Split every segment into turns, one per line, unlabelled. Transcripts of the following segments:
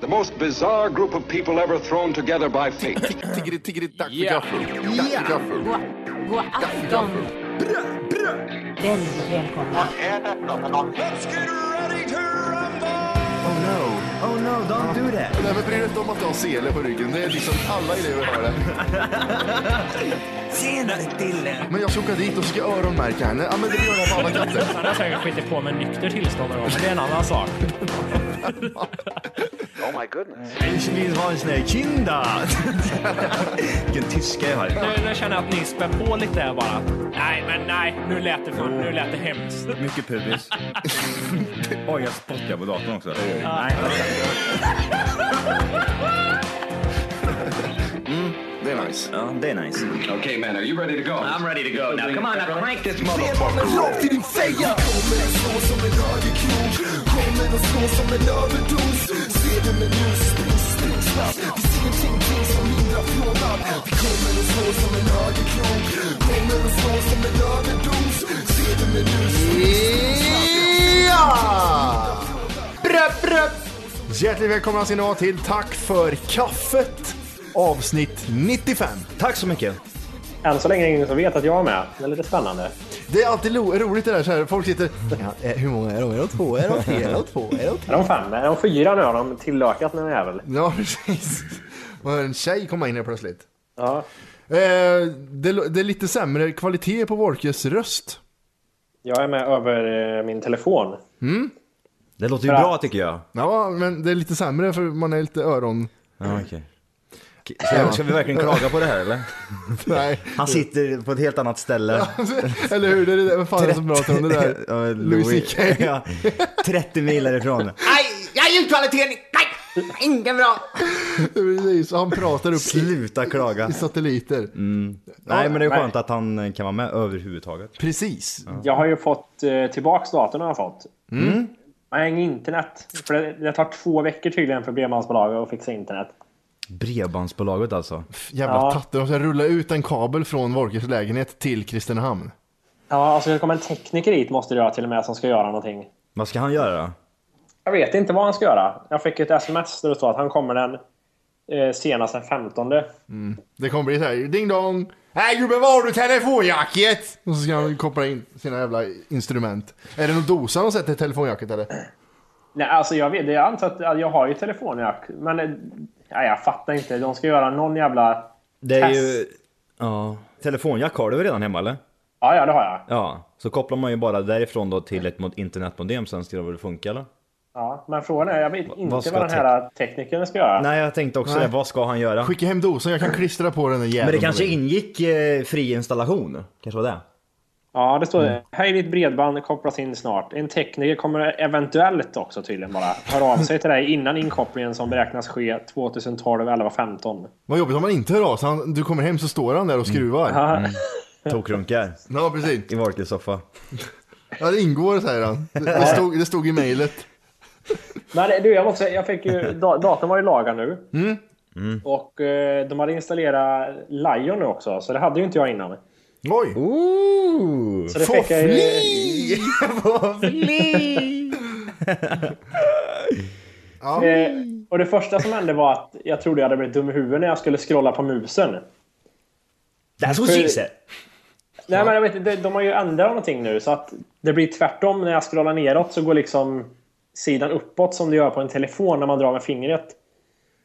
The most bizarre group of people ever thrown together by fate.
Tiggeri, tiggeri, dack för
Ja.
gaffel. Dack för gaffel.
God, god afton! Väldigt välkomna.
Oh no.
Oh no, don't do that!
Nej, men bry dig inte om att du har sele på ryggen. Det är liksom alla elever har det.
Senare Dille!
Men jag ska åka dit och ska öronmärka henne. Ja, men det gör jag på alla katter.
Han har säkert skitit på med nykter tillstånd då, men det är en annan sak.
Ich will ha en sån här kinda! Vilken tyska jag har.
Nu, nu känner jag att ni spär på lite här bara. Nej, men nej, nu lät det, för, nu lät det hemskt.
Mycket pubis. Oj, jag spottar på datorn också.
Det är nice.
Ja, det är nice.
okay, man, are you ready to go? I'm ready.
Ja! Brö, brö. Hjärtligt välkomna ska ni vara till Tack för kaffet avsnitt 95.
Tack så mycket!
Än så länge är det ingen som vet att jag är med. Det är lite spännande.
Det är alltid lo- roligt det där så här. Folk sitter. Ja, eh, hur många är de? Är de två? Är de tre? Är de två? Är de tre?
Är de fem? Är de fyra nu? Har de tillökat någon jävel?
Ja, precis. Och en tjej kom in här plötsligt.
Ja.
Eh, det, lo- det är lite sämre kvalitet på Wolkes röst.
Jag är med över eh, min telefon.
Det låter ju
Bra.
bra tycker jag.
Ja, men det är lite sämre för man är lite öron...
Ja, okej. Ska, ska vi verkligen klaga på det här eller?
Nej.
Han sitter på ett helt annat ställe.
Eller hur? Det är det, vad fan är det som pratar om det där?
Ja, men
Louis CK.
Ja, 30 mil ifrån.
Nej, jag är ljudkvaliteten! Nej, inte bra!
Precis, han pratar upp i,
Sluta klaga.
i satelliter.
Nej, men det är
nej.
skönt att han kan vara med överhuvudtaget.
Precis.
Jag har ju fått eh, tillbaks datorn har jag fått. Men inget internet. För det, det tar två veckor tydligen för bredbandsbolaget att fixa internet.
Bredbandsbolaget alltså.
Jävla
Ja.
tattar. De ska rulla ut en kabel från Wolkes lägenhet till Kristinehamn.
Ja, alltså det kommer en tekniker hit måste det göra till och med som ska göra någonting.
Vad ska han göra då?
Jag vet inte vad han ska göra. Jag fick ett sms där det stod att han kommer den eh, senast den 15.
Det kommer bli så här, ding dong. Hej gubben, var har du telefonjacket? Och så ska han koppla in sina jävla instrument. Är det någon dosa han har sett i telefonjacket eller?
Nej, alltså jag vet, jag antar att att jag har ju telefonjack. Men eh, nej, jag fattar inte. De ska göra någon jävla...
Det är
Test.
ju... Ja. Telefonjack har du väl redan hemma eller?
Ja, ja, det har jag.
Ja. Så kopplar man ju bara därifrån då till ett mot- internetmodem sen ska det väl funka eller?
Ja, men frågan är, jag vet
vad
inte
ska
vad den här teknikern ska göra.
Nej, jag tänkte också
Nej.
det. Vad ska han göra?
Skicka hem dosan, jag kan klistra på den där jäveln.
Men det
på
kanske
väggen.
ingick eh, fri installation? Kanske var det?
Ja, det står det.
Mm.
Hej, ditt bredband kopplas in snart. En tekniker kommer eventuellt också tydligen bara höra av sig till dig innan inkopplingen som beräknas ske 2012 11 15.
Vad jobbigt om man inte hör av sig. Han- Du kommer hem så står han där och skruvar.
Ja,
Mm. Tokrunkar
Ja, precis.
i Valkes soffa.
Ja, det ingår säger han. Det, det, stod, det stod i mejlet.
Men det- du, jag måste säga, jag fick ju, da- datorn var ju lagad nu.
Mm.
Och eh, de hade installerat Lion nu också, så det hade ju inte jag innan.
Oj!
Ooh!
Så det
Få
fick jag ju...
fly! Ja.
Eh, och det första som hände var att jag trodde jag hade blivit dum i huvudet när jag skulle scrolla på musen.
That's what she said!
Nej, men jag vet, inte, de har ju ändrat någonting nu så att det blir tvärtom. När jag scrollar neråt så går liksom sidan uppåt som det gör på en telefon när man drar med fingret.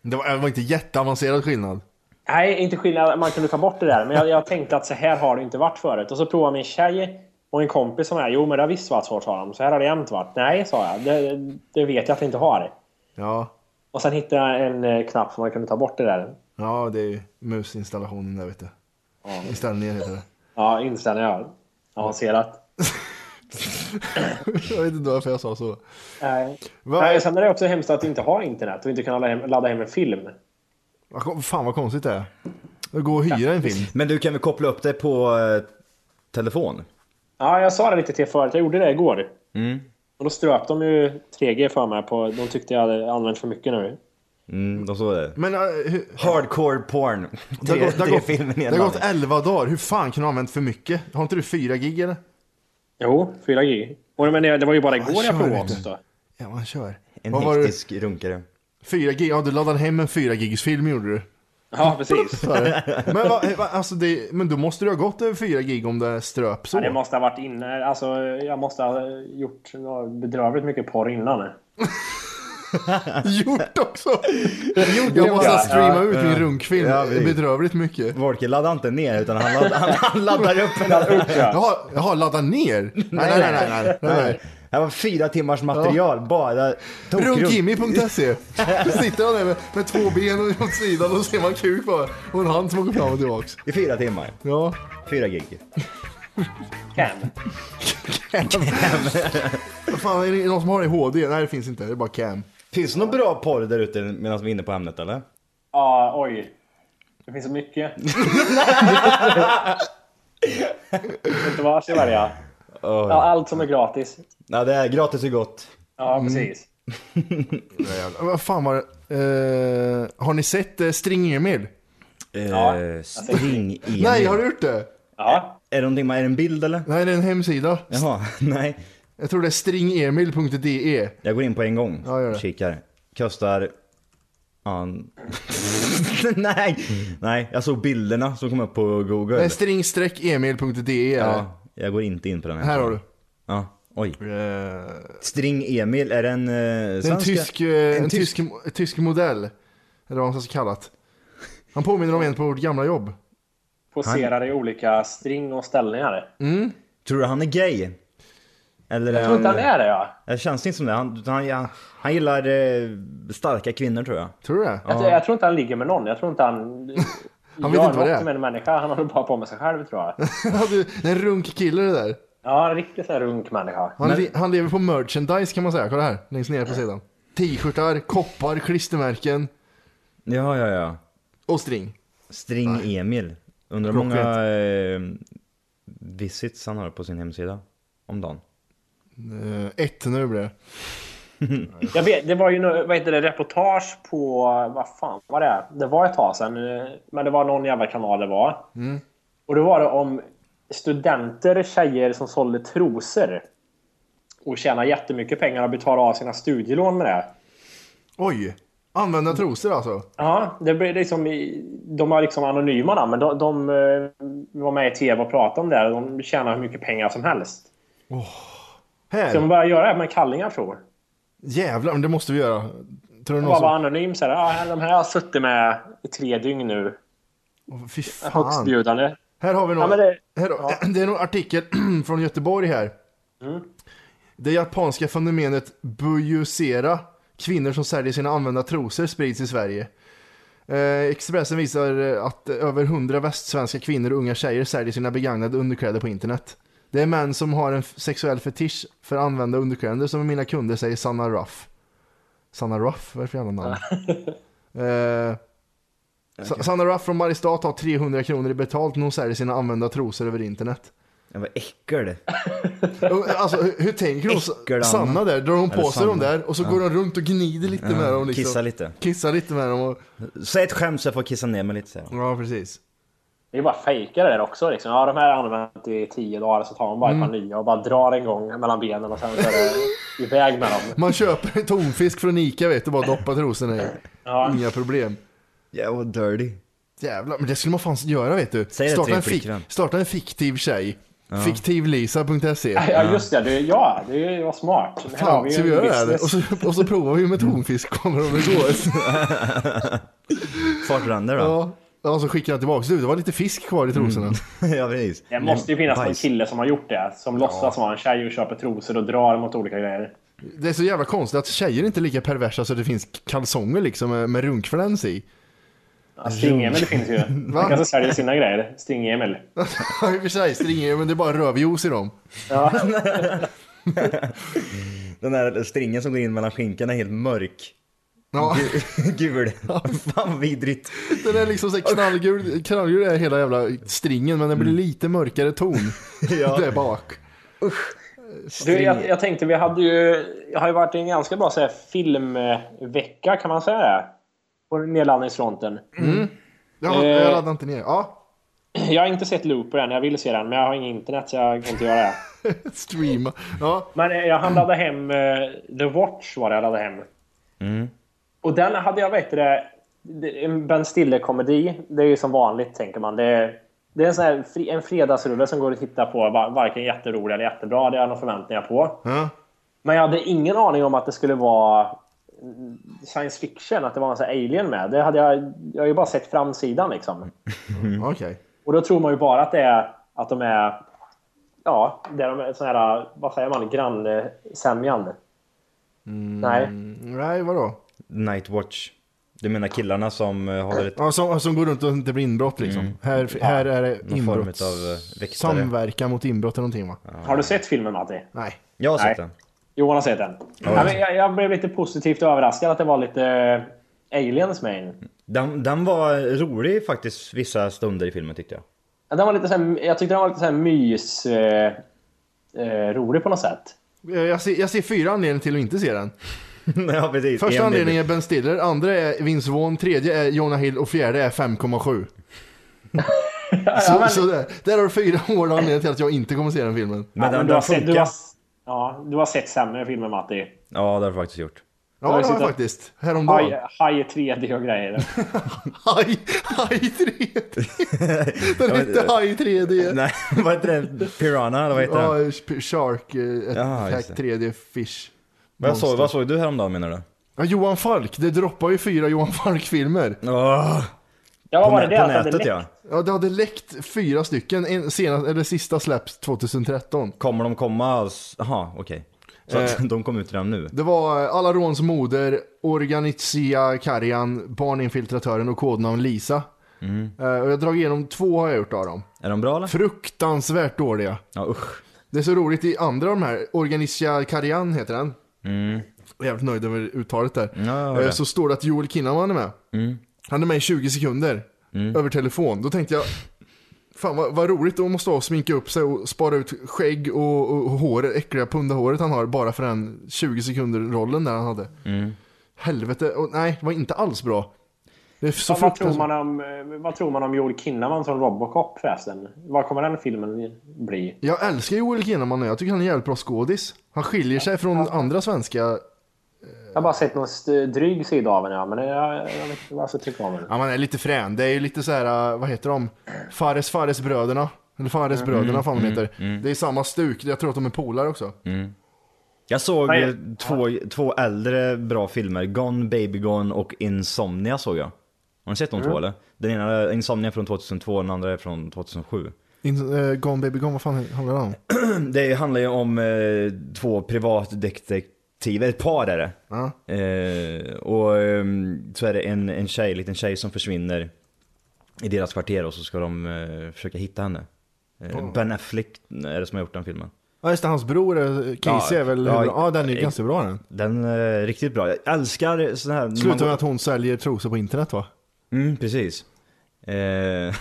Det var, det var inte jätteavancerad skillnad.
Nej, inte skillnad. Man kunde ta bort det där. Men jag, jag tänkte att så här har det inte varit förut. Och så provar min tjej och en kompis som är. Jo, men det har visst varit svårt, sa de. Så här har det jämt varit. Nej, sa jag. Det, det vet jag att det inte har.
Ja,
Och sen hittade jag en eh, knapp som man kunde ta bort det där.
ja det är ju musinstallationen där vet du. Inställningen heter det.
Ja, inställningar. Avancerat.
Jag vet inte varför jag sa så.
Nej.
Va?
Nej, sen är det också hemskt att inte ha internet och inte kunna ladda hem, ladda hem en film.
Vad kom- Fan vad konstigt det är. Att gå och hyra en film.
Men du kan väl koppla upp det på eh, telefon?
Ja, jag sa det lite till er förut. Jag gjorde det igår. Och då ströp de ju 3G för mig. På, de tyckte jag hade använt för mycket nu.
Mm, då så är det.
Men äh, hur,
Hardcore porn.
det, har
Tre,
gått, det, har
tre
gått,
filmer i
det
en
har gått
dag.
11 dagar. Hur fan kan du ha använt för mycket? Har inte du 4 gig eller?
Jo, 4 gig. Och men det, det var ju bara igår
kör
jag provade
inte.
också.
Ja, man kör.
En
Vad var det?
hektisk runkare.
4 gig? Ja, du laddade hem en 4 gigs film gjorde du.
Ja, precis.
Så är det. Men, vad- vad- alltså det, men då måste du ha gått över 4 gig om det ströp så.
Ja, det måste ha varit inne. Alltså, jag måste ha gjort några bedrövligt mycket porr innan.
Gjort också! Jag måste
Ja,
streama
ja,
ut min runkfilm
Ja, vi-
bedrövligt mycket.
Volker laddar inte ner utan han, ladd, han, han laddar upp en annan.
Jaha, jaha ladda ner? Nej, nej, nej. nej, nej, nej.
Det här var fyra timmars material, bara tokrunk.
Runkjimmy.se E. Sitter han där med, med två ben och åt sidan och ser man kuk bara och en hand som åker fram och tillbaks.
I fyra timmar.
Ja.
Fyra gig.
Cam.
Fan, är det någon som har HD? Nej, det finns inte. Det är bara cam.
Finns det någon bra porr där ute medan vi är inne på ämnet eller?
Ja, oj. Det finns så mycket. Jag vet inte vad jag ska välja. Ja, allt som är gratis.
Ja, det är gratis och gott.
Ja,
Mm.
precis.
Vad fan var det? Eh, har ni sett eh, String-Emil?
Ja,
Eh,
jag
String Emil.
Nej, har du gjort det?
Ja.
Är det någonting med, är det en bild eller?
Nej, det är en hemsida.
Jaha, nej.
Jag tror det är stringemil.de.
Jag går in på en gång.
Ja, gör det.
Kikar. Kostar... Ja, en- nej, nej. Jag såg bilderna som kom upp på Google.
Nej, string-emil.de. Ja.
ja, jag går inte in på den här.
Här har du.
Ja, oj.
Eh,
String Emil, är det en eh,
Det är en
svenska?
tysk, eh, en
en tysk-
tysk, en tysk modell. Eller vad man ska kalla det. Han påminner om en på vårt gamla jobb.
Poserar i olika string och ställningar.
Tror du han är gay? Eller
Jag tror inte han
Mm.
är det, ja.
Det känns inte som det. Han, utan han, han, han gillar eh, starka kvinnor tror jag.
Tror du det?
Jag, tror- jag tror inte han ligger med någon. Jag tror inte han...
Han vet
gör
inte vad det
något
är.
med en människa. Han håller bara på med sig själv, tror jag.
Ja, du, en runk kille det där.
Ja, en riktigt sån här runk människa.
Han, le- han lever på merchandise kan man säga. Kolla här, längst ner på sidan. T-shirtar, koppar, klistermärken
Ja, ja, ja.
och string.
String Emil. Undrar hur
Klockrent.
många eh, visits han har på sin hemsida om dagen.
Eh, ett nu blir det.
Jag vet, det var ju nå- vad heter det, reportage på, vad fan var det? Det var ett tag sedan, eh, men det var någon jävla kanal det var.
Mm.
Och då var det om studenter, tjejer som sålde trosor. Och tjänar jättemycket pengar och betalar av sina studielån med det.
Oj! Använda trosor alltså.
Ja, det blev liksom, i- de var liksom anonyma då, men de, de eh, var med i tv och pratade om det. här och De tjänar hur mycket pengar som helst. Så man
Här!
börjar göra det här med kallingar tror jag.
Jävlar, men det måste vi göra. Tror du någon
Bara vara
som...
anonym så här, ja, de här har jag suttit med i tre dygn nu.
Åh, Fy fan.
Högstbjudande.
Här har vi någon.
Ja, Mm. men det-
här, har- det är någon artikel från Göteborg här. Det japanska fenomenet bujusera, kvinnor som säljer sina använda trosor, sprids i Sverige. Eh, Expressen visar eh, att över 100 västsvenska kvinnor och unga tjejer säljer sina begagnade underkläder på internet. Det är män som har en f- sexuell fetisch för använda underkläder som mina kunder säger Sanna Ruff. Sanna Ruff? Vad är det för jävla namn? eh, Sa- Sanna Ruff från Mariestad tar 300 kronor i betalt när hon säljer sina använda trosor över internet.
Jag var äckel.
Och, Alltså hur, hur tänker hon?
Äckel,
Sanna
Anna.
där, drar hon
Eller
på sig dem
Sanna.
där och så går hon runt och gnider lite med dem. Liksom.
Kissa lite.
Kissar lite med dem. Och...
Säg ett skämt så jag får kissa ner mig lite. Så. här.
Ja, precis.
Det är bara fejkar det där också. Liksom. Ja, de här har jag använt i tio dagar, så tar man bara ett
Mm.
par nya och bara drar en gång mellan benen och sen så är det iväg med dem.
Man köper tonfisk från Ica vet du, bara doppar trosorna i.
Ja.
Inga problem.
Jag var dirty.
Jävlar, men det skulle man fan göra vet du.
Säg det till
Starta
din
en, fik-
flickvän.
starta en fiktiv tjej. Fiktivlisa.se.
Ja, just det. Det, ja, det var smart.
E.
Här har
Fan,
ju
ska vi
en
göra det här?
business.
Och så, och så provar vi med tonfisk, kommer om det går.
Fartränder då?
Ja, Mm. ja så skickar han tillbaka. Du, det var lite fisk kvar i trosorna.
ja, precis.
Det måste ju finnas någon
Bajs.
kille som har gjort det. Som låtsas vara en tjej och köper trosor och drar mot olika grejer.
Det är så jävla konstigt att tjejer inte är lika perversa så det finns kalsonger liksom med, med runkfläns i.
Ja, Sting-Emil finns ju. Han kanske säljer sina grejer. Sting-Emil.
Ja, i och för sig, stringer, men det är bara rövjuice i dem.
Den där stringen som går in mellan skinkan är helt mörk.
Ja,
Gul. Fan vad vidrigt.
den är liksom så här knallgul, knallgul är hela jävla stringen men den blir lite mörkare ton där bak.
Du, jag, jag tänkte vi hade ju... Jag har ju varit i en ganska bra så här, filmvecka kan man säga det? På nedladdningsfronten.
Ja,
Eh.
jag laddar inte ner. Ja,
Jag har inte sett Looper än. Jag vill se den, men jag har ingen internet så jag kan inte göra det.
Streama. Ja,
Men eh, jag hann ladda hem eh, The Watch var det jag laddade hem. Och den hade jag vet du det, det- en Ben Stiller-komedi. Det är ju som vanligt tänker man. Det är, det är en, sån här, fri- en fredagsrulle som går att titta på. va- Varken jätterolig eller jättebra. Det har jag några förväntningar på.
ja.
Men jag hade ingen aning om att det skulle vara mm, science fiction, att det var en sån här alien med. Det hade jag, jag har ju bara sett framsidan liksom.
okej.
Och då tror man ju bara att det är att de är, ja, det är de är sån här, vad säger man, grannsämjan.
Mm.
Nej,
Mm, Nej, vadå?
Nightwatch. Du menar killarna som eh, håller ett
Ja, som, som går runt och det blir inbrott liksom. Här, här är det
någon form
inbrott.
av eh, väktare?
Samverkan mot inbrott eller någonting va?
har du sett filmen Matti?
Nej.
Jag har sett
Nej.
den.
Johan har sett den. Nej, men jag, jag blev lite positivt överraskad att det var lite eh, aliens med in.
den. Den var rolig faktiskt vissa stunder i filmen tyckte jag.
Ja, Den var lite så här, jag tyckte den var lite så här mys... Eh, eh, rolig på något sätt.
Eh, Jag ser, jag ser fyra anledningar till att inte se den.
ja, precis.
Första
En
anledningen är Ben Stiller, andra är Vince Vaughn, tredje är Jonah Hill och fjärde är 5,7. så,
men-
så där, där har du fyra hårda anledningar till att jag inte kommer se den filmen.
Men den,
ja, men du,
den
har sett, du,
funkar.
har, ja, du har sett sämre filmer Matti.
Ja, det har jag faktiskt gjort.
Ja, det har jag
sitter-
faktiskt. Häromdagen.
Haj, haj 3D och grejer.
Haj, haj 3D. Den hette Haj 3D.
Nej, vad heter den? Piranha eller vad heter
Ja,
den?
sh- Shark eh,
Ja,
Attack
just det.
3D Fish.
Vad såg,
Monster.
vad såg du häromdagen menar du?
Ja, Johan Falk, det droppar ju fyra Johan Falk-filmer.
Oh, på
Ja, vad var det
nä- på
det? att det hade
nätet
läckt?
ja.
Ja, det hade läckt fyra stycken, en, senast, eller sista släpps 2013.
Kommer de komma? s- Jaha, okej. Så
Eh.
att de kom ut redan nu?
Det var eh, Alla råns moder, Organizia Karjan, Barninfiltratören och kodnamn Lisa. Eh, Och jag har dragit igenom två har jag gjort av dem.
Är de bra eller?
Fruktansvärt dåliga.
Ja usch.
Det är så roligt i andra av de här, Organizia Karjan heter den. Jag är jävligt nöjd över uttalet där.
Mm. Ja, jag hör
Eh,
det. Mm.
så står det att Joel Kinnaman är med. Han är med i 20 sekunder över telefon. Då tänkte jag, fan vad, vad roligt, då måste jag sminka upp sig och spara ut skägg och, och, och håret, äckliga pundahåret han har bara för den 20 sekunder-rollen där han hade.
Mm.
Helvete, och, nej det var inte alls bra. Det är så
Vad, vad, tror
fruktansvärt-
man om, eh, vad tror man om Joel Kinnaman som Robocop förresten? Vad kommer den filmen bli?
Jag älskar Joel Kinnaman nu, jag tycker han är jävligt bra skådis. Han skiljer sig från andra svenska
Jag har bara sett någon st- dryg sida av den, ja, men jag, jag vet inte vad jag ska tycka om den.
Ja, man är lite frän. Det är ju lite så här, eh, vad heter de? Fares Fares bröderna. Eller Fares bröderna, fan vad de heter. Det är samma stuk. Jag tror att de är polare också.
Jag såg
Nej,
eh, två, två äldre bra filmer, Gone, Baby Gone och Insomnia såg jag. Har ni sett de
Mm.
två eller? Den ena är Insomnia från 2002 och den andra är från 2007.
In, eh, gone baby gone, vad fan handlar det om?
Det handlar ju om eh, två privatdetektiver, ett par är det. Eh, och ehm, så är det en, en tjej, liten tjej som försvinner i deras kvarter och så ska de eh, försöka hitta henne. Eh, Ben Affleck är det som har gjort den filmen.
Ja just det, hans bror eh, Casey
Ja,
är väl...
ja,
Ja, den är ju
eh,
ganska bra den.
Den är riktigt bra. Jag älskar sån här... man
Slutar
går-
med att hon säljer trosor på internet va?
Mm, precis. Eh,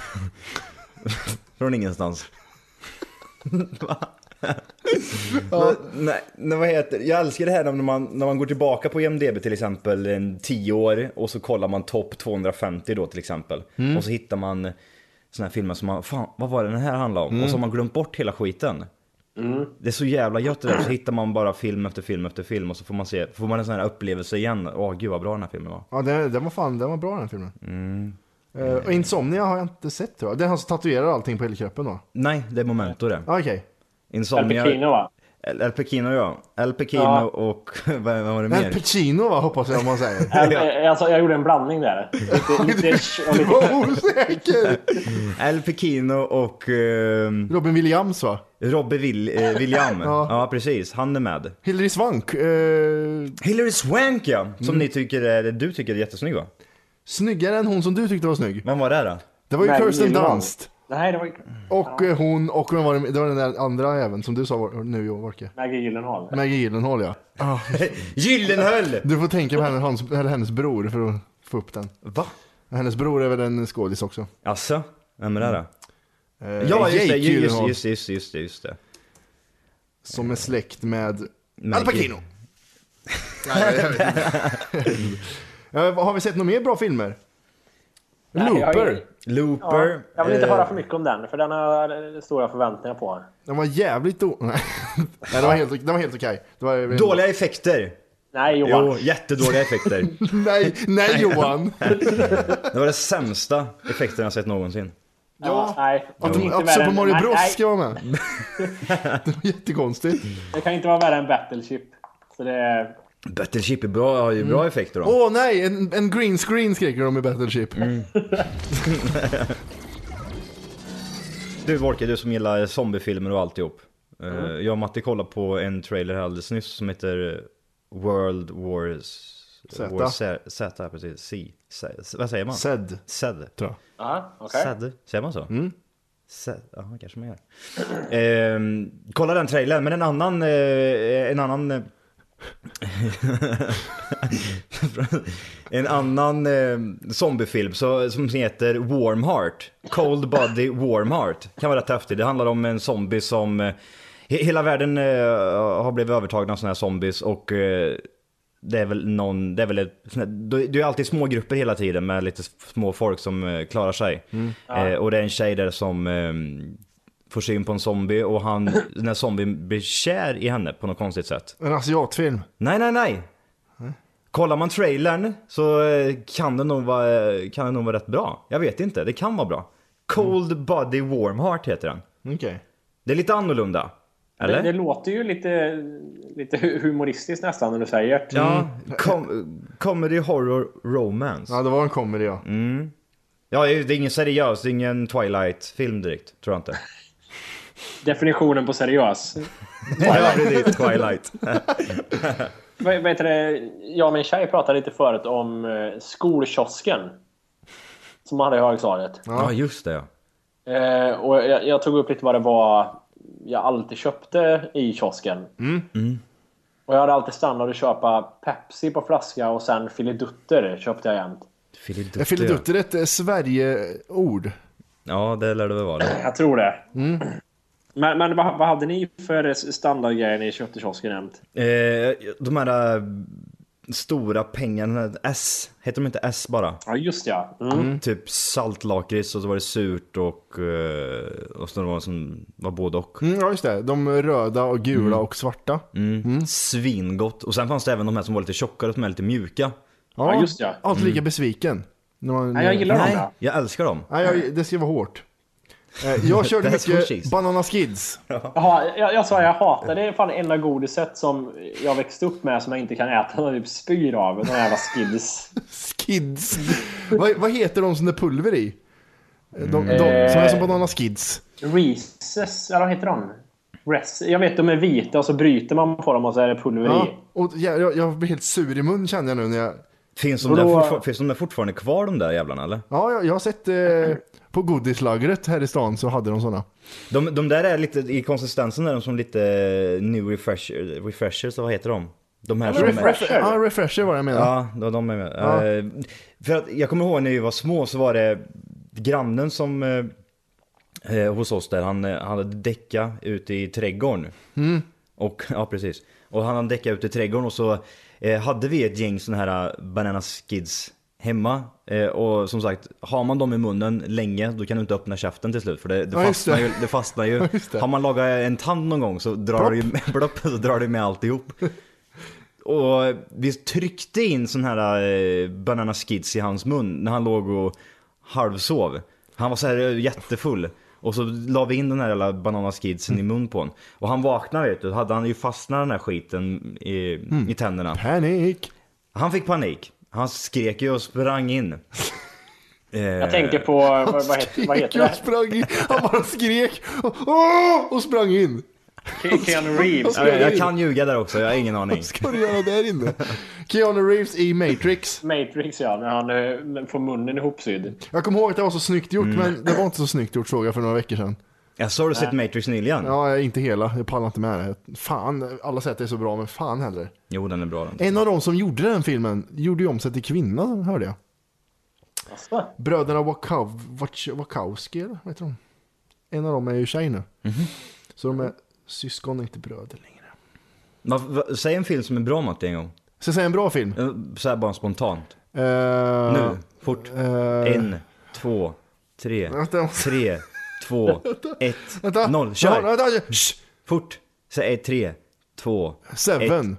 från ingenstans. Va? nej, nej, vad heter Jag älskar det här när man, när man går tillbaka på IMDB till exempel en 10 år och så kollar man topp 250 då till exempel. Och så hittar man såna här filmer som man, fan vad var det den här handlade om? Och så har man glömt bort hela skiten. Det är så jävla gött det där, så hittar man bara film efter film efter film och så får man se, får man en sån här upplevelse igen. Åh gud vad bra den här filmen var.
Ja den, den var fan, den var bra den filmen. Eh, och Insomnia har jag inte sett tror jag. Det är han som tatuerar allting på hela kroppen då?
Nej, det är Memento det.
Ah, Okej.
El
Insomnia.
Pacino va?
El, El Pecino ja. El Pecino
Ja.
och vad, vad var det
Men
mer?
Eh, Pacino va, hoppas jag man säger.
El, eh, alltså, jag gjorde en blandning där. Lite, lite, och
Du
lite,
var osäker!
El Pecino och ehm,
Robin Williams va?
Robbe Will, eh, William. ja.
Ja.
precis, han är med.
Hilary Swank. Eh,
Hillary Swank ja! Som ni tycker är, du tycker är jättesnygg va?
Snyggare än hon som du tyckte var snygg.
Vem var det då?
Det var ju
Maggie
Kirsten
Long.
Dunst.
nej, det var ju
Och eh, hon, och vem var det, det var den där andra även som du sa var, nu Orke.
Maggie Gyllenhaal.
Maggie Gyllenhaal ja. Ah,
Gyllenhöll!
Du får tänka på henne, hans, eller hennes bror för att få upp den.
Va?
Hennes bror är väl en skådis också.
Alltså, vem är det då?
Eh,
Ja just
Jake
det, ju- just,
Gyllenhaal,
just, just, just, det, just det.
Som är släkt med
Maggie.
Al Pacino. Nej, jag vet inte. Eh, vad- Har vi sett några mer bra filmer? Looper.
Looper.
Jag vill inte
eh,
höra för mycket om den, för den har jag stora förväntningar på.
Den var jävligt dålig. Nej, den var helt, den var helt okej. Det var-
Dåliga effekter.
Nej Johan.
Jo, jättedåliga effekter.
Nej, nej Johan!
Det var den sämsta effekten jag sett någonsin.
Ja, nej.
Att, de,
Inte
att
värre
Super
än-
Mario
nej,
Bros
nej,
ska vara med. det var jättekonstigt.
Det kan inte vara värre än Battleship. Så det är...
Battleship är bra, har ju bra effekter då.
Åh nej, en, en green screen skriker de i Battleship.
Mm.
Du Volke, du som gillar zombiefilmer och alltihop. Eh, Jag och Matti kollade på en trailer här alldeles nyss som heter World War
Z.
War Z, Z precis. C. Z, vad säger man?
Zed.
Zed.
Tror jag.
Aha, okej.
Sad, säger man så? Mm. ja, kanske man gör. Ehm, kolla den trailern, men en annan... Eh, en annan... Eh, en annan eh, zombiefilm så, som heter Warm Heart. Cold Body Warm Heart. Kan vara rätt häftig. Det handlar om en zombie som... Eh, he- hela världen eh, har blivit övertagna av sådana här zombies och... Eh, det är väl någon, det är väl ett, sån här- det det är ju alltid små grupper hela tiden med lite små folk som eh, klarar sig. Eh, och det är en tjej där som eh, får syn på en zombie och han, den här zombien blir kär i henne på något konstigt sätt.
En asiatfilm.
Nej, nej, nej! Kollar man trailern så eh, kan det nog vara, eh, kan det nog vara rätt bra. Jag vet inte, det kan vara bra. Cold Body Warm Heart heter den.
Okej.
Det är lite annorlunda. Eller?
Det, det låter ju lite, lite hu- humoristiskt nästan när du säger det.
Ja, com- comedy horror romance.
Ja, det var en comedy ja.
Mm,
Ja, det är ingen seriös, det är ingen Twilight-film direkt, tror jag inte.
Definitionen på seriös.
Ja, precis, Twilight.
Vad vad heter det? Jag och min tjej pratade lite förut om eh, skolkiosken. Som man hade i högstadiet.
Ja, just det ja.
Eh, och jag, jag tog upp lite vad det var jag alltid köpte i kiosken.
Mm.
Och jag hade alltid stannat och köpa Pepsi på flaska och sen filidutter köpte jag jämt.
Filidutter.
Ja, Filidutter är ett eh, Sverige-ord.
Ja, det lär det väl vara.
Jag tror det.
Mm.
Men, men vad, vad hade ni för standardgrejer ni köpte i kiosken jämt?
Eh, de här eh, stora pengarna, S, heter de inte S bara?
Ja, just det, ja. Mm.
Typ saltlakrits och så var det surt och, eh, och så var det som var både och.
Mm, ja, just det. De röda och gula och svarta.
Mm. Svingott. Och sen fanns det även de här som var lite tjockare och som är lite mjuka.
Ja, just det.
Alltid lika besviken. När man-
Nej, jag gillar dem.
Nej,
ja.
jag älskar dem.
Nej, jag, det ska vara hårt. Eh, Jag körde
That's what she
mycket
said.
Banana Skids.
Jaha, jag, jag sa jag hatar det. är fan det enda godiset som jag växte upp med som jag inte kan äta. Jag typ spyr av. De jävla skids.
Skids. vad, vad heter de som det är pulver i? Eh, De, de,
Mm.
som är som Banana Skids.
Reeses, eller vad heter de? Res jag vet, de är vita och så bryter man på dem och så är det pulver
Ja,
i.
och jag, jag, jag blir helt sur i mun kände jag nu när jag...
Finns de,
Och
där,
då-
fortfar- finns de där fortfarande kvar de där jävlarna eller?
Ja, jag, jag har sett eh, på godislagret här i stan så hade de såna.
De, de där är lite, i konsistensen är de som lite new refresh, refreshers, vad heter de? De här som är...
Refresher.
Ja, refresher var det jag menade.
Ja, de, de är med. Eh, för att jag kommer ihåg när vi var små så var det grannen som eh, eh, hos oss där, han, eh, han hade däcka ute i trädgården.
Mm.
Och, ja precis. Och han hade däcka ute i trädgården och så eh, hade vi ett gäng sådana här eh, banana skids hemma. Eh, och som sagt, har man dem i munnen länge då kan du inte öppna käften till slut för det, det
Ja, just
fastnar
det.
ju. Det fastnar ju.
just det.
Har man lagat en tand någon gång så drar, det ju, blopp, så drar det med alltihop. Och vi tryckte in sån här eh, banana skids i hans mun när han låg och halvsov. Han var så här eh, jättefull. Och så la vi in den här jävla banana skidsen i mun på honom. Och han vaknade vet du, då hade han ju fastnat den här skiten i,
Mm.
i tänderna.
Panic!
Han fick panik. Han skrek ju och sprang in. Eh,
Jag tänker på, vad, vad, heter, vad heter
Jag
det?
sprang in. Han bara skrek och, åh, och sprang in.
Ke- Keanu Reeves.
Alltså-
jag, jag kan ljuga där också, jag har ingen aning.
Vad ska du göra där inne? Keanu Reeves i Matrix.
Matrix ja, när han eh, får munnen ihopsydd.
Jag kommer ihåg att det var så snyggt
Mm.
gjort, men det var inte så snyggt gjort såg jag för några veckor sedan.
Jag såg du sett Matrix nyligen?
Ja, jag- inte hela. Jag pallar inte med det. Fan, alla säger att det är så bra, men fan heller.
Jo den är bra den.
En av de som gjorde den filmen gjorde ju om sig till kvinna, hörde jag.
Alltså,
Bröderna Wachow, Wach- Wachowski, eller vad heter de? En av dem är ju tjej nu.
Mhm.
Så de är syskon, inte bröder längre.
Va, va, säg en film som är bra Matti en gång.
Ska jag säga en bra film?
Eh, Så här bara spontant.
Eh,
Nu, fort.
eh,
en, två, tre,
Vänta, jag måste-
tre, två, ett,
Vänta.
noll.
Jaha,
Kör!
Vänta, vänta. Shh.
Fort! Säg ett, tre, två,
Seven.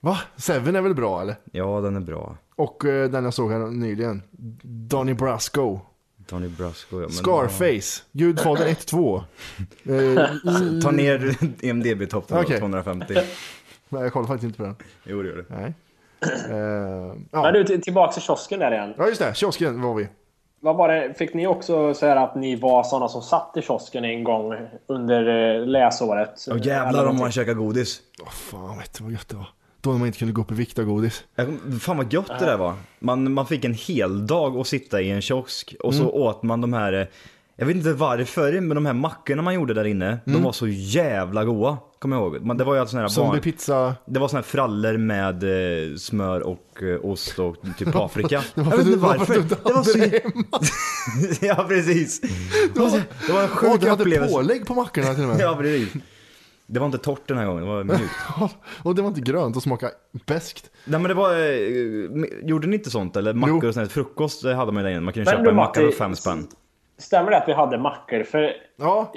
Va? Seven är väl bra eller?
Ja, den är bra.
Och eh, den jag såg här nyligen. Donny Brasco.
Donny Brasco, ja. Men,
Scarface. Gudfadern 1-2. Eh,
Ja, ta ner EMDB-toppen
Okej.
okay. 250.
Nej, jag kollar faktiskt inte på den.
Jo, det gör det.
Nej. Eh,
Men
ja.
du, till- tillbaka till kiosken där igen.
ja, just det. Kiosken var vi.
Vad var det? Fick ni också säga att ni var såna som satt i kiosken en gång under eh, läsåret?
Åh jävlar om man käkar godis.
Åh fan, vet du vad gött det var? Då när man inte kunde gå upp i vikt av godis.
Jag kom- Fan vad gött det där var. Man, man fick en hel dag att sitta i en kiosk och
Mm.
så åt man de här, eh, jag vet inte varför, men de här mackorna man gjorde där inne, de
Mm.
var så jävla goa. Kommer jag ihåg. Man, det var ju alltså såna här barn...
Zombiepizza.
Det var såna här frallor med eh, smör och eh, ost och typ paprika.
var
jag
för du-
vet inte
det var
varför.
för Mm. att du
Det var så...
hade
ja precis. Det var, så- det var en sjuk
Åh, du hade
upplevelse.
pålägg på mackorna till och med.
Ja precis. Det var inte torrt den här gången, det var mjukt.
Och det var inte grönt och smakade beskt.
Nej men det var, eh, gjorde ni inte sånt eller? Mackor
Jo.
och sånt, där. frukost det hade man ju där inne. Man kunde
Men
köpa
du,
en macka för
Matti,
fem spänn.
Stämmer det att vi hade mackor? För...
Ja,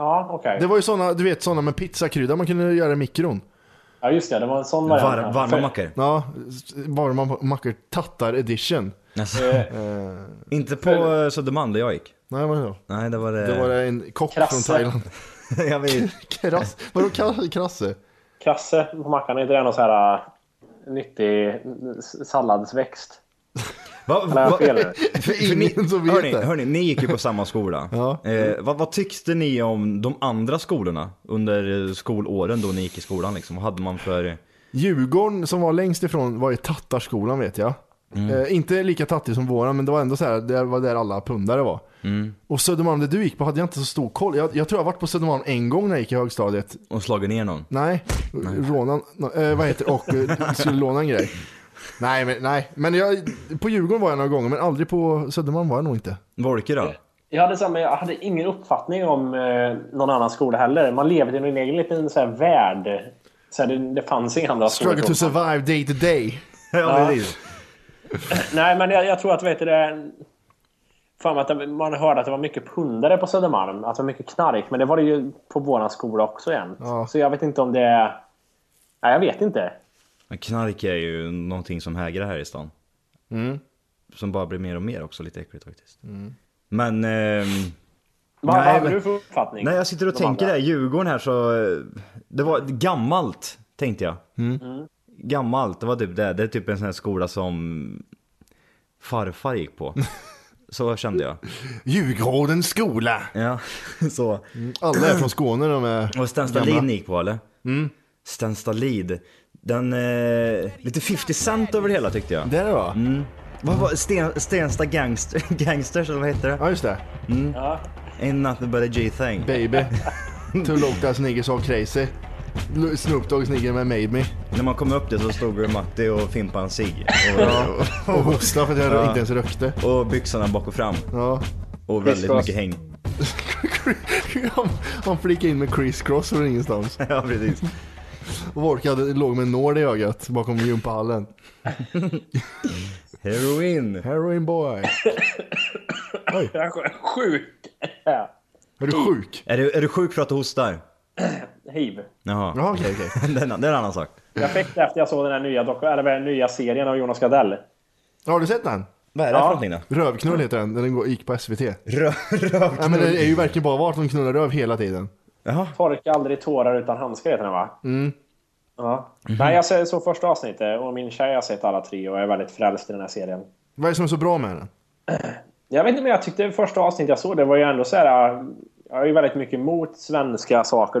Ja, okej.
det var ju såna, du vet såna med pizzakrydda man kunde göra i mikron.
Ja, just det. Det var en sån variant.
Var,
För-
varma mackor.
Ja, s- varma mackor. Tattar edition.
Alltså,
Eh,
inte på eh, Södermalm där jag gick.
Nej, vad är det då?
Nej det var det.
Det var en kock
Krasse.
från Thailand.
jag vet.
Krass. Vadå kras- krasse?
Krasse på mackan, är inte det någon så här eh, nyttig eh, salladsväxt?
Va,
Eller har
va,
jag fel nu?
För ingen som vet
hörni,
det.
hörni, ni gick ju på samma skola.
Ja.
eh, vad, vad tyckte ni om de andra skolorna under eh, skolåren då ni gick i skolan liksom? Vad hade man för...
Djurgården som var längst ifrån var ju Tattarskolan vet jag. Eh, inte lika tattig som våran, men det var ändå så här, det var där alla pundare var. Och Södermalm, där du gick på, hade jag inte så stor koll. Jag, jag tror jag har varit på Södermalm en gång när jag gick i högstadiet.
Och slagit ner någon?
Nej, rånan, eh, vad heter det? och eh, skulle låna en grej. Nej, men, nej. men jag, på Djurgården var jag några gånger, men aldrig på Södermalm var jag nog inte.
Volker då?
Jag hade, samma, jag hade ingen uppfattning om eh, någon annan skola heller. Man levde i en egen liten så här, värld. Så här, det, det fanns inga andra
Struggle to survive day to day.
Ja, precis.
Nej, men jag, jag tror att vet du, det är... Fan, att det- man hörde att det var mycket pundare på Södermalm. Att det var mycket knark. Men det var det ju på vår skola också igen.
Ja.
Så jag vet inte om det är... Nej, jag vet inte.
Men knark är ju någonting som hägrar här i stan. Som bara blir mer och mer också, lite äckligt faktiskt. Men... ehm,
Vad
Nej,
vad hade
men-
du för uppfattning?
Nej jag sitter och
De
tänker
andra.
där, Djurgården här så... eh, Det var gammalt, tänkte jag. Mm. Gammalt, det var typ det. Det är typ en sån här skola som farfar gick på. Så kände jag.
Djurgårdens skola.
Ja, så.
Alla är från Skåne de är.
Och Stenstalid ni gick på eller? Mm. Stenstalid. Den... Eh, lite 50 cent över det hela tyckte jag.
Det är det va?
Vad var Sten, Stensta gangster, Gangsters eller vad heter det?
Ja just det.
Ja.
Ain't nothing but a G-thing.
Baby. Too long that nigger so crazy. L- Snoop Dogg's nigger med Made Me.
När man kom upp där så stod Matti och Fimpan en cigg.
Och hosta för att jag inte ens rökte.
Och, och byxorna bak och fram.
Ja.
Och väldigt
Crisscross.
mycket häng.
Han, han flikade in med Chris Cross från ingenstans.
Ja precis.
Och Volker hade- låg med en nål i ögat bakom gympahallen.
Heroin.
Heroin boy.
Jag är sj- sjuk.
Är du sjuk?
Är du, är du sjuk för att du hostar?
Hiv.
Jaha.
Jaha okej okej.
Det, är en, det är en annan sak.
Jag fick det efter jag såg den här nya, doku- eller den nya serien av Jonas Gardell.
Har du sett den?
Vad är det
Ja.
för någonting då?
Rövknull heter den, den går- gick på SVT.
Rö- Röv...
Nej men det är ju verkligen bara vart de knullar röv hela tiden.
Jaha.
Torka aldrig tårar utan handskar heter den va?
Mm.
Ja. Nej, jag ser- såg första avsnittet och min tjej har sett alla tre och är väldigt frälst i den här serien.
Vad är det som är så bra med den?
Jag vet inte, men jag tyckte första avsnittet jag såg det var ju ändå så här. äh, Jag är ju väldigt mycket emot svenska saker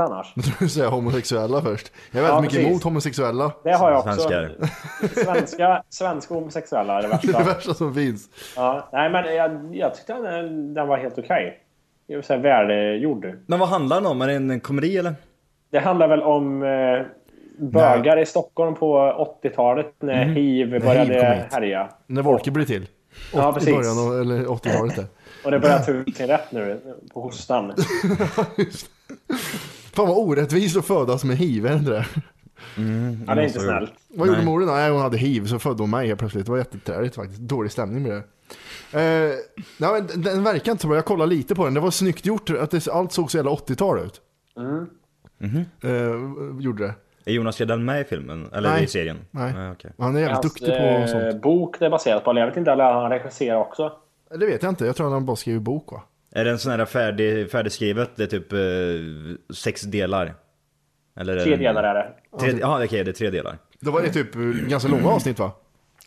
annars.
Jag tror du säger homosexuella först. Jag är väldigt
Ja,
mycket
precis.
emot homosexuella.
Det har jag också.
Svenskar.
Svenska, svenska homosexuella är det
Det är
värsta.
det värsta som finns.
Ja. Nej, men jag, jag tyckte den, den var helt okej. Okay. Så här välgjord.
Men vad handlar den om? Är det en komedi eller?
Det handlar väl om eh, bögar i Stockholm på 80-talet när hiv började
Mm. kom hit.
härja.
När Volker blir till.
Ja,
I
precis.
början av eller 80-talet där.
Och det börjar ta ut sin rätt nu eh, på hostan.
Fan vad orättvist att födas med hiv, är det inte det?
ja, det
måste
är inte
ha gjort.
snällt.
Vad gjorde mor då? Nej, hon hade hiv, så födde hon mig helt plötsligt. Det var jätteträligt faktiskt. Dålig stämning med det. Eh, nej, men den- den verkar inte så bra. Jag kollade lite på den. Det var snyggt gjort. Att det, allt såg så jävla 80-tal ut.
Mm.
Eh, gjorde det.
Är Jonas redan med i filmen? Eller
Nej.
i serien?
Nej.
okej.
Han är jävligt
Hans
duktig på
eh,
sånt.
bok det är baserat på, eller jag vet inte, eller han regisserar också.
Eh,
Det vet jag inte. Jag tror han bara skriver bok va?
Är det en sån här färdig, färdigskrivet? Det är typ eh, sex delar? Eller
Tre
det-
delar är det.
Tre, ja, okej, det är tre delar.
Det var det typ eh, ganska långa avsnitt va?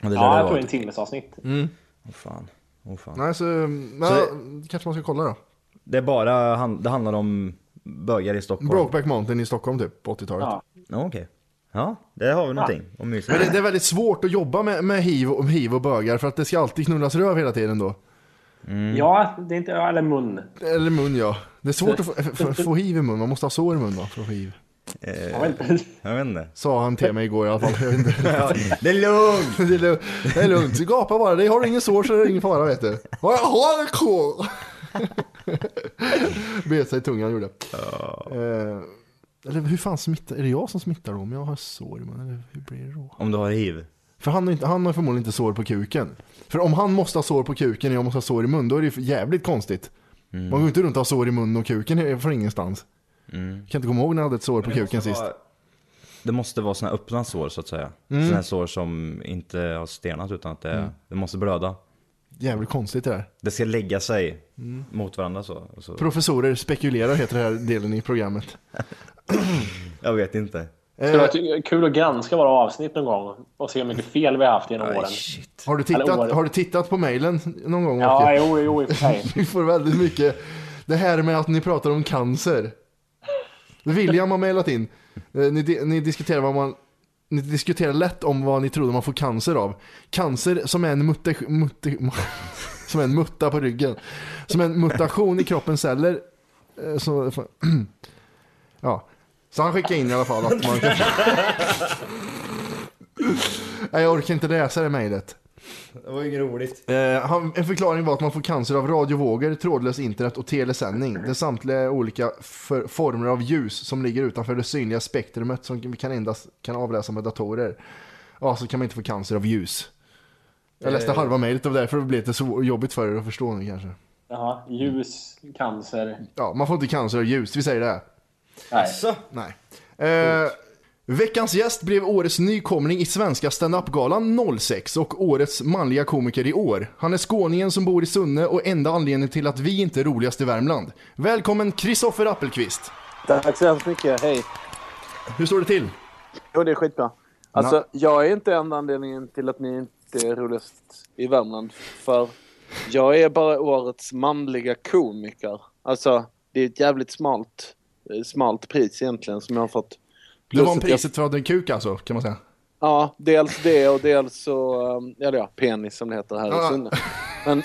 Ja, det lär det
Ja, jag
vara.
tror det är en timmes avsnitt.
Åh, fan. Åh, fan.
Nej, så, nej,
Så-
kanske man ska kolla då.
Det är bara, han- det handlar om bögar i Stockholm.
Brokeback Mountain i Stockholm typ, på 80-talet.
Ja.
Ja, okej. Ja, där har vi någonting. Om mysigt.
Men det, det är väldigt svårt att jobba med, med hiv, och, hiv och bögar för att det ska alltid knullas röv hela tiden då.
Mm.
Ja, det är inte... ja, Eller mun.
Eller mun ja. Det är svårt att få, f- f- få hiv i mun, man måste ha sår i mun va? För att få hiv.
Jag vet inte.
Jag vet inte.
Sa han till mig igår i alla fall. Jag vet inte.
Det är lugnt!
Det är lugnt. Det är lugnt. Gapa bara, det har du ingen sår så är det ingen fara vet du. Har jag har en kår? Bet sig i tungan gjorde. Eh, eller hur fan smittar, är det jag som smittar då om jag har sår i munnen? Eller hur blir det då?
Om du har hiv.
För han har, inte, han har förmodligen inte sår på kuken. För om han måste ha sår på kuken och jag måste ha sår i mun, då är det ju jävligt konstigt. Man går inte runt och har sår i munnen och kuken är från ingenstans. Kan inte komma ihåg när jag hade ett sår på kuken sist.
Det måste vara såna här öppna sår så att säga. Såna här sår som inte har stelnat utan att det, det måste blöda.
Jävligt konstigt det där.
Det ska lägga sig mot varandra så. och så.
Professorer spekulerar heter den här delen i programmet. Eh,
Jag vet inte.
Det var kul att granska våra avsnitt någon gång och se hur mycket fel vi har haft genom åren.
Har du
Eller
tittat,
oavsett.
har du tittat på mejlen någon gång
Ja,
Åke?
jo, jo, i och för sig.
Vi får väldigt mycket. Det här med att ni pratar om cancer. William har mejlat in. Eh, Ni, di- ni diskuterar vad man ni diskuterar lätt om vad ni trodde man får cancer av. Cancer som är en, muta, muta, som är en mutta på ryggen. Som är en mutation i kroppens celler. Eh, Så, ja. så han skickade in i alla fall att man kan... Nej, jag orkar inte läsa det mejlet.
Det var ju inget roligt.
Eh, han, en förklaring var att man får cancer av radiovågor, trådlös internet och telesändning. Det är samtliga olika för, former av ljus som ligger utanför det synliga spektrumet som vi kan endast kan avläsa med datorer. Ja, så kan man inte få cancer av ljus. Jag läste halva mejlet och därför blev det så jobbigt för er att förstå nu kanske.
Jaha, ljus, cancer.
Ja, man får inte cancer av ljus, vi säger det.
Nej.
Nej. Eh, veckans gäst blev årets nykomling i Svenska standup-galan 06 och årets manliga komiker i år. Han är skåningen som bor i Sunne och enda anledningen till att vi inte är roligast i Värmland. Välkommen Kristoffer Appelqvist.
Tack så hemskt mycket. Hej.
Hur står det till?
Jo, det är skitbra. Alltså, jag är inte enda anledningen till att ni inte är roligast i Värmland. För jag är bara årets manliga komiker. Alltså, det är ett jävligt smalt, eh, smalt pris egentligen som jag har fått.
Du vann
Plus att jag-
priset för att ha en kuk alltså, kan man säga.
Ja, dels det och dels så, ehm, eller ja, penis som det heter här
Ja.
i Sunne. Men,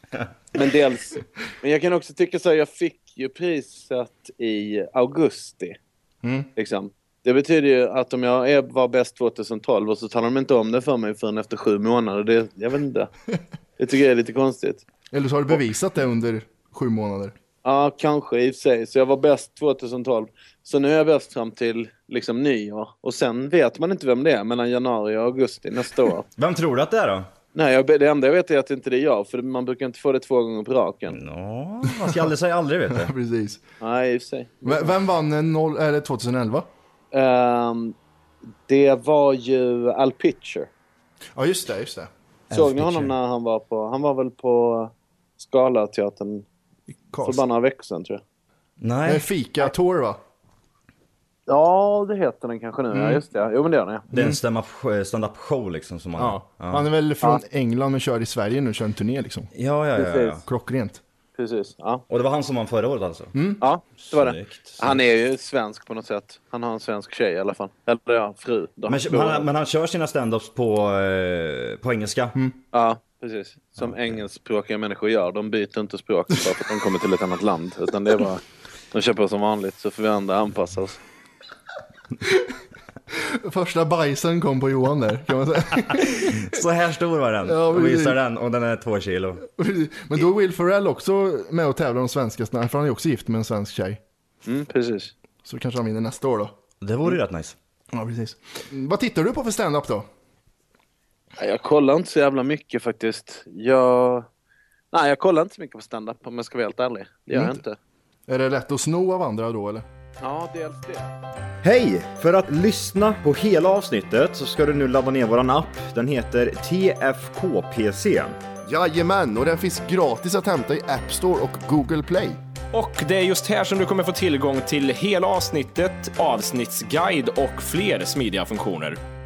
men dels, men jag kan också tycka så här, jag fick ju priset i augusti. Liksom. Det betyder ju att om jag är, var bäst 2012 och så talar de inte om det för mig förrän efter sju månader. Det, jag vet inte. Det tycker jag är lite konstigt.
Eller så har du bevisat det under sju månader.
Ja, kanske i och för sig. Så jag var bäst 2012. Så nu är jag bäst fram till liksom nyår. Och sen vet man inte vem det är mellan januari och augusti nästa år.
Vem tror du att det är då?
Nej, jag, det enda jag vet är att inte det är jag, för man brukar inte få det två gånger på raken.
Ja, man ska aldrig säga aldrig vet du.
Precis.
Nej, i och för sig.
V- Vem vann en noll, eller 2011?
Ehm, det var ju Al Pitcher.
Ja, just det, just det.
Såg ni honom när han var på... Han var väl på Scalateatern för bara
Karlstad.
några veckor sedan, tror jag.
Nej,
Nej,
Fika Tour va?
Ja, det heter den kanske nu.
Mm.
Ja, just det. Jo, men det gör den, ja.
det är en stand-up- stand-up show liksom som man
Ja.
ja.
Han är väl från England men kör i Sverige nu, kör en turné liksom.
Ja, ja, ja, ja.
Precis.
Klockrent.
Precis. Ja,
Och det var han som vann förra året alltså?
ja det var det.
Snyggt.
Han är ju svensk på något sätt. Han har en svensk tjej i alla fall. Eller ja, fru. Då.
Men, men, han, men han kör sina stand-ups på, eh, på engelska?
Ja, precis. Som engelskspråkiga människor gör. De byter inte språk bara för att de kommer till ett annat land. Utan det är bara... De kör på som vanligt så får vi andra anpassa oss.
Första bajsen kom på Johan där, kan man säga.
Så här stor var den.
Ja,
och
precis.
visar den och den är två kilo.
Men då är Will Ferrell också med och tävlar om svenska snö, för han är också gift med en svensk tjej.
Mm, precis.
Så kanske han vinner nästa år då.
Det vore ju rätt nice.
Ja, precis. Mm, Vad tittar du på för stand-up då?
Nej, Jag kollar inte så jävla mycket faktiskt. Jag... Nej, jag kollar inte så mycket på stand-up om jag ska vara helt ärlig. Det gör jag inte.
Är det lätt att sno av andra då eller?
Ja, dels det.
Hej! För att lyssna på hela avsnittet så ska du nu ladda ner våran app. Den heter TFKPC.
Jajamän, och den finns gratis att hämta i App Store och Google Play.
Och det är just här som du kommer få tillgång till hela avsnittet, avsnittsguide och fler smidiga funktioner.